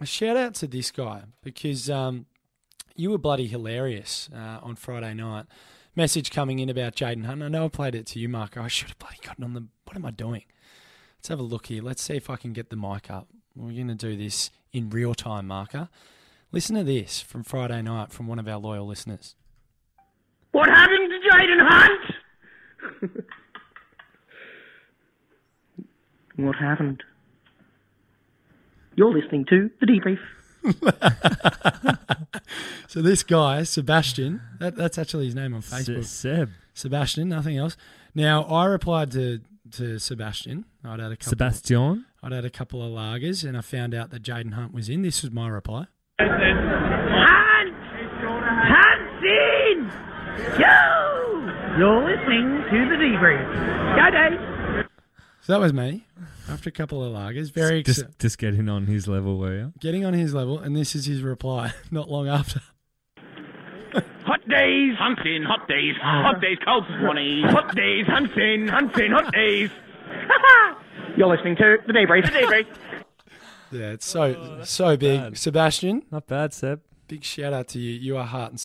a shout out to this guy because um, you were bloody hilarious uh, on Friday night. Message coming in about Jaden Hunt. I know I played it to you, Mark. I should have bloody gotten on the. What am I doing? Let's have a look here. Let's see if I can get the mic up. We're going to do this in real time, Marker. Listen to this from Friday night from one of our loyal listeners. What happened to Jaden Hunt? what happened? You're listening to The Debrief. So this guy, Sebastian, that, that's actually his name on Facebook. Seb. Sebastian, nothing else. Now I replied to to Sebastian. I'd had a couple. Sebastian. I'd had a couple of lagers, and I found out that Jaden Hunt was in. This was my reply. Hunt! Hunt's in! Yo! You're listening to The Debrief. Go, Dave. So that was me after a couple of lagers. Very Just, exci- just get in on his level, will you? getting on his level, and this is his reply. Not long after. Hot days, hunts in, hot days, Ah. hot days, cold mornings, hot days, hunts in, hunts in, hot days. You're listening to The Debrief. The Debrief. Yeah, it's so so big. Sebastian, Not bad, Seb. big shout out to you. You are heart and